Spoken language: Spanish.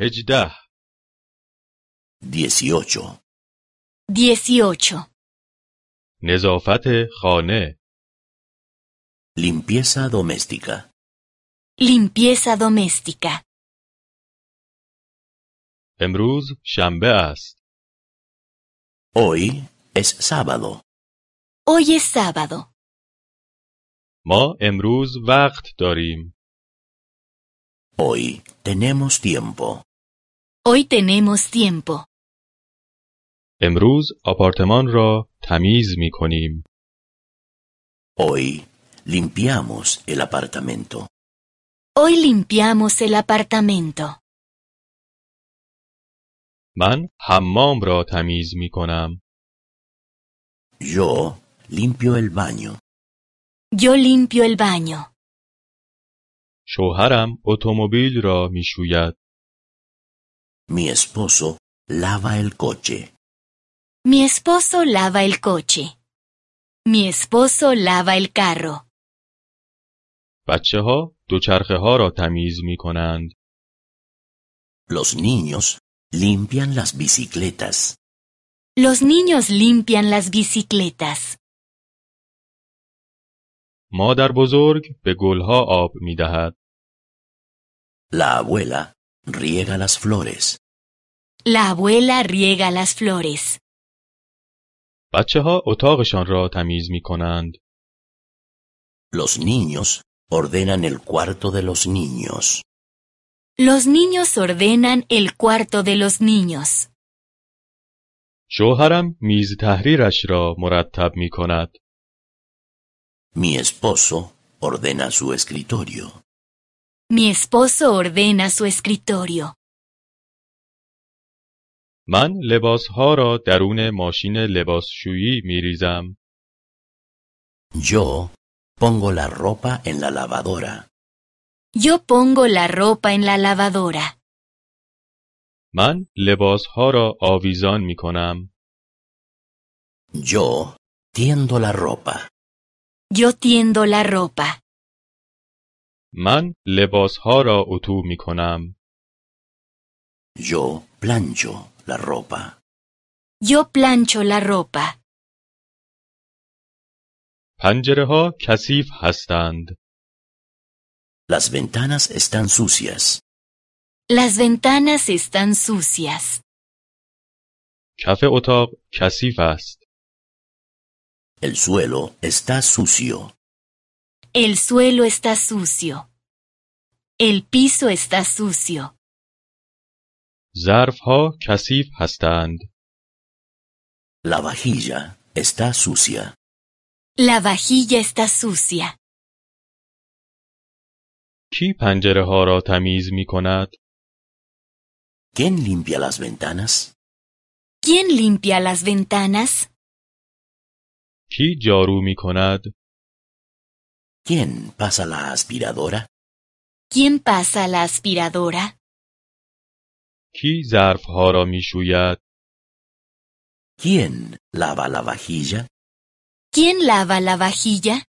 هجده 18. 18. نظافت خانه Limpieza doméstica. Limpieza doméstica. امروز شنبه است Hoy es sábado. Hoy es sábado. ما امروز وقت داریم Hoy tenemos tiempo. Hoy tenemos tiempo. امروز آپارتمان را تمیز می کنیم Hoy limpiamos el apartamento. Hoy limpiamos el apartamento. من حمام را تمیز می کنم Yo limpio el baño. Yo limpio el baño. شوهرم اتومبیل را می شوید Mi esposo lava el coche. Mi esposo lava el coche. Mi esposo lava el carro. بچه ها دوچرخه ها را تمیز می کنند Los niños limpian las bicicletas. Los niños limpian las bicicletas. مادر بزرگ به گلها آب می دهد La abuela riega las flores. La abuela riega las flores. بچه ها اتاقشان را تمیز می کنند Los niños ordenan el cuarto de los niños. Los niños ordenan el cuarto de los niños. شوهرم میز تحریرش را مرتب می کند Mi esposo ordena su escritorio. Mi esposo ordena su escritorio. من لباسها را درون ماشین لباسشویی می ریزم. Yo pongo la ropa en la lavadora. Yo pongo la ropa en la lavadora. من لباسها را آویزان می کنم. Yo tiendo la ropa. Yo tiendo la ropa. من لباسها را اتو می کنم. Yo plancho la ropa. Yo plancho la ropa. پنجره ها کثیف هستند. Las ventanas están sucias. Las ventanas están sucias. کف اتاق کثیف است. El suelo está sucio. El suelo está sucio. El piso está sucio. ظرفها کثیف هستند. La vajilla está sucia. La vajilla está sucia. کی پنجره ها را تمیز می کند؟ ¿Quién limpia las ventanas? ¿Quién limpia las ventanas? کی جارو می کند؟ ¿Quién pasa la aspiradora? ¿Quién pasa la aspiradora? کی ظرفها را می شوید؟ ¿Quién lava la vajilla? ¿Quién lava la vajilla?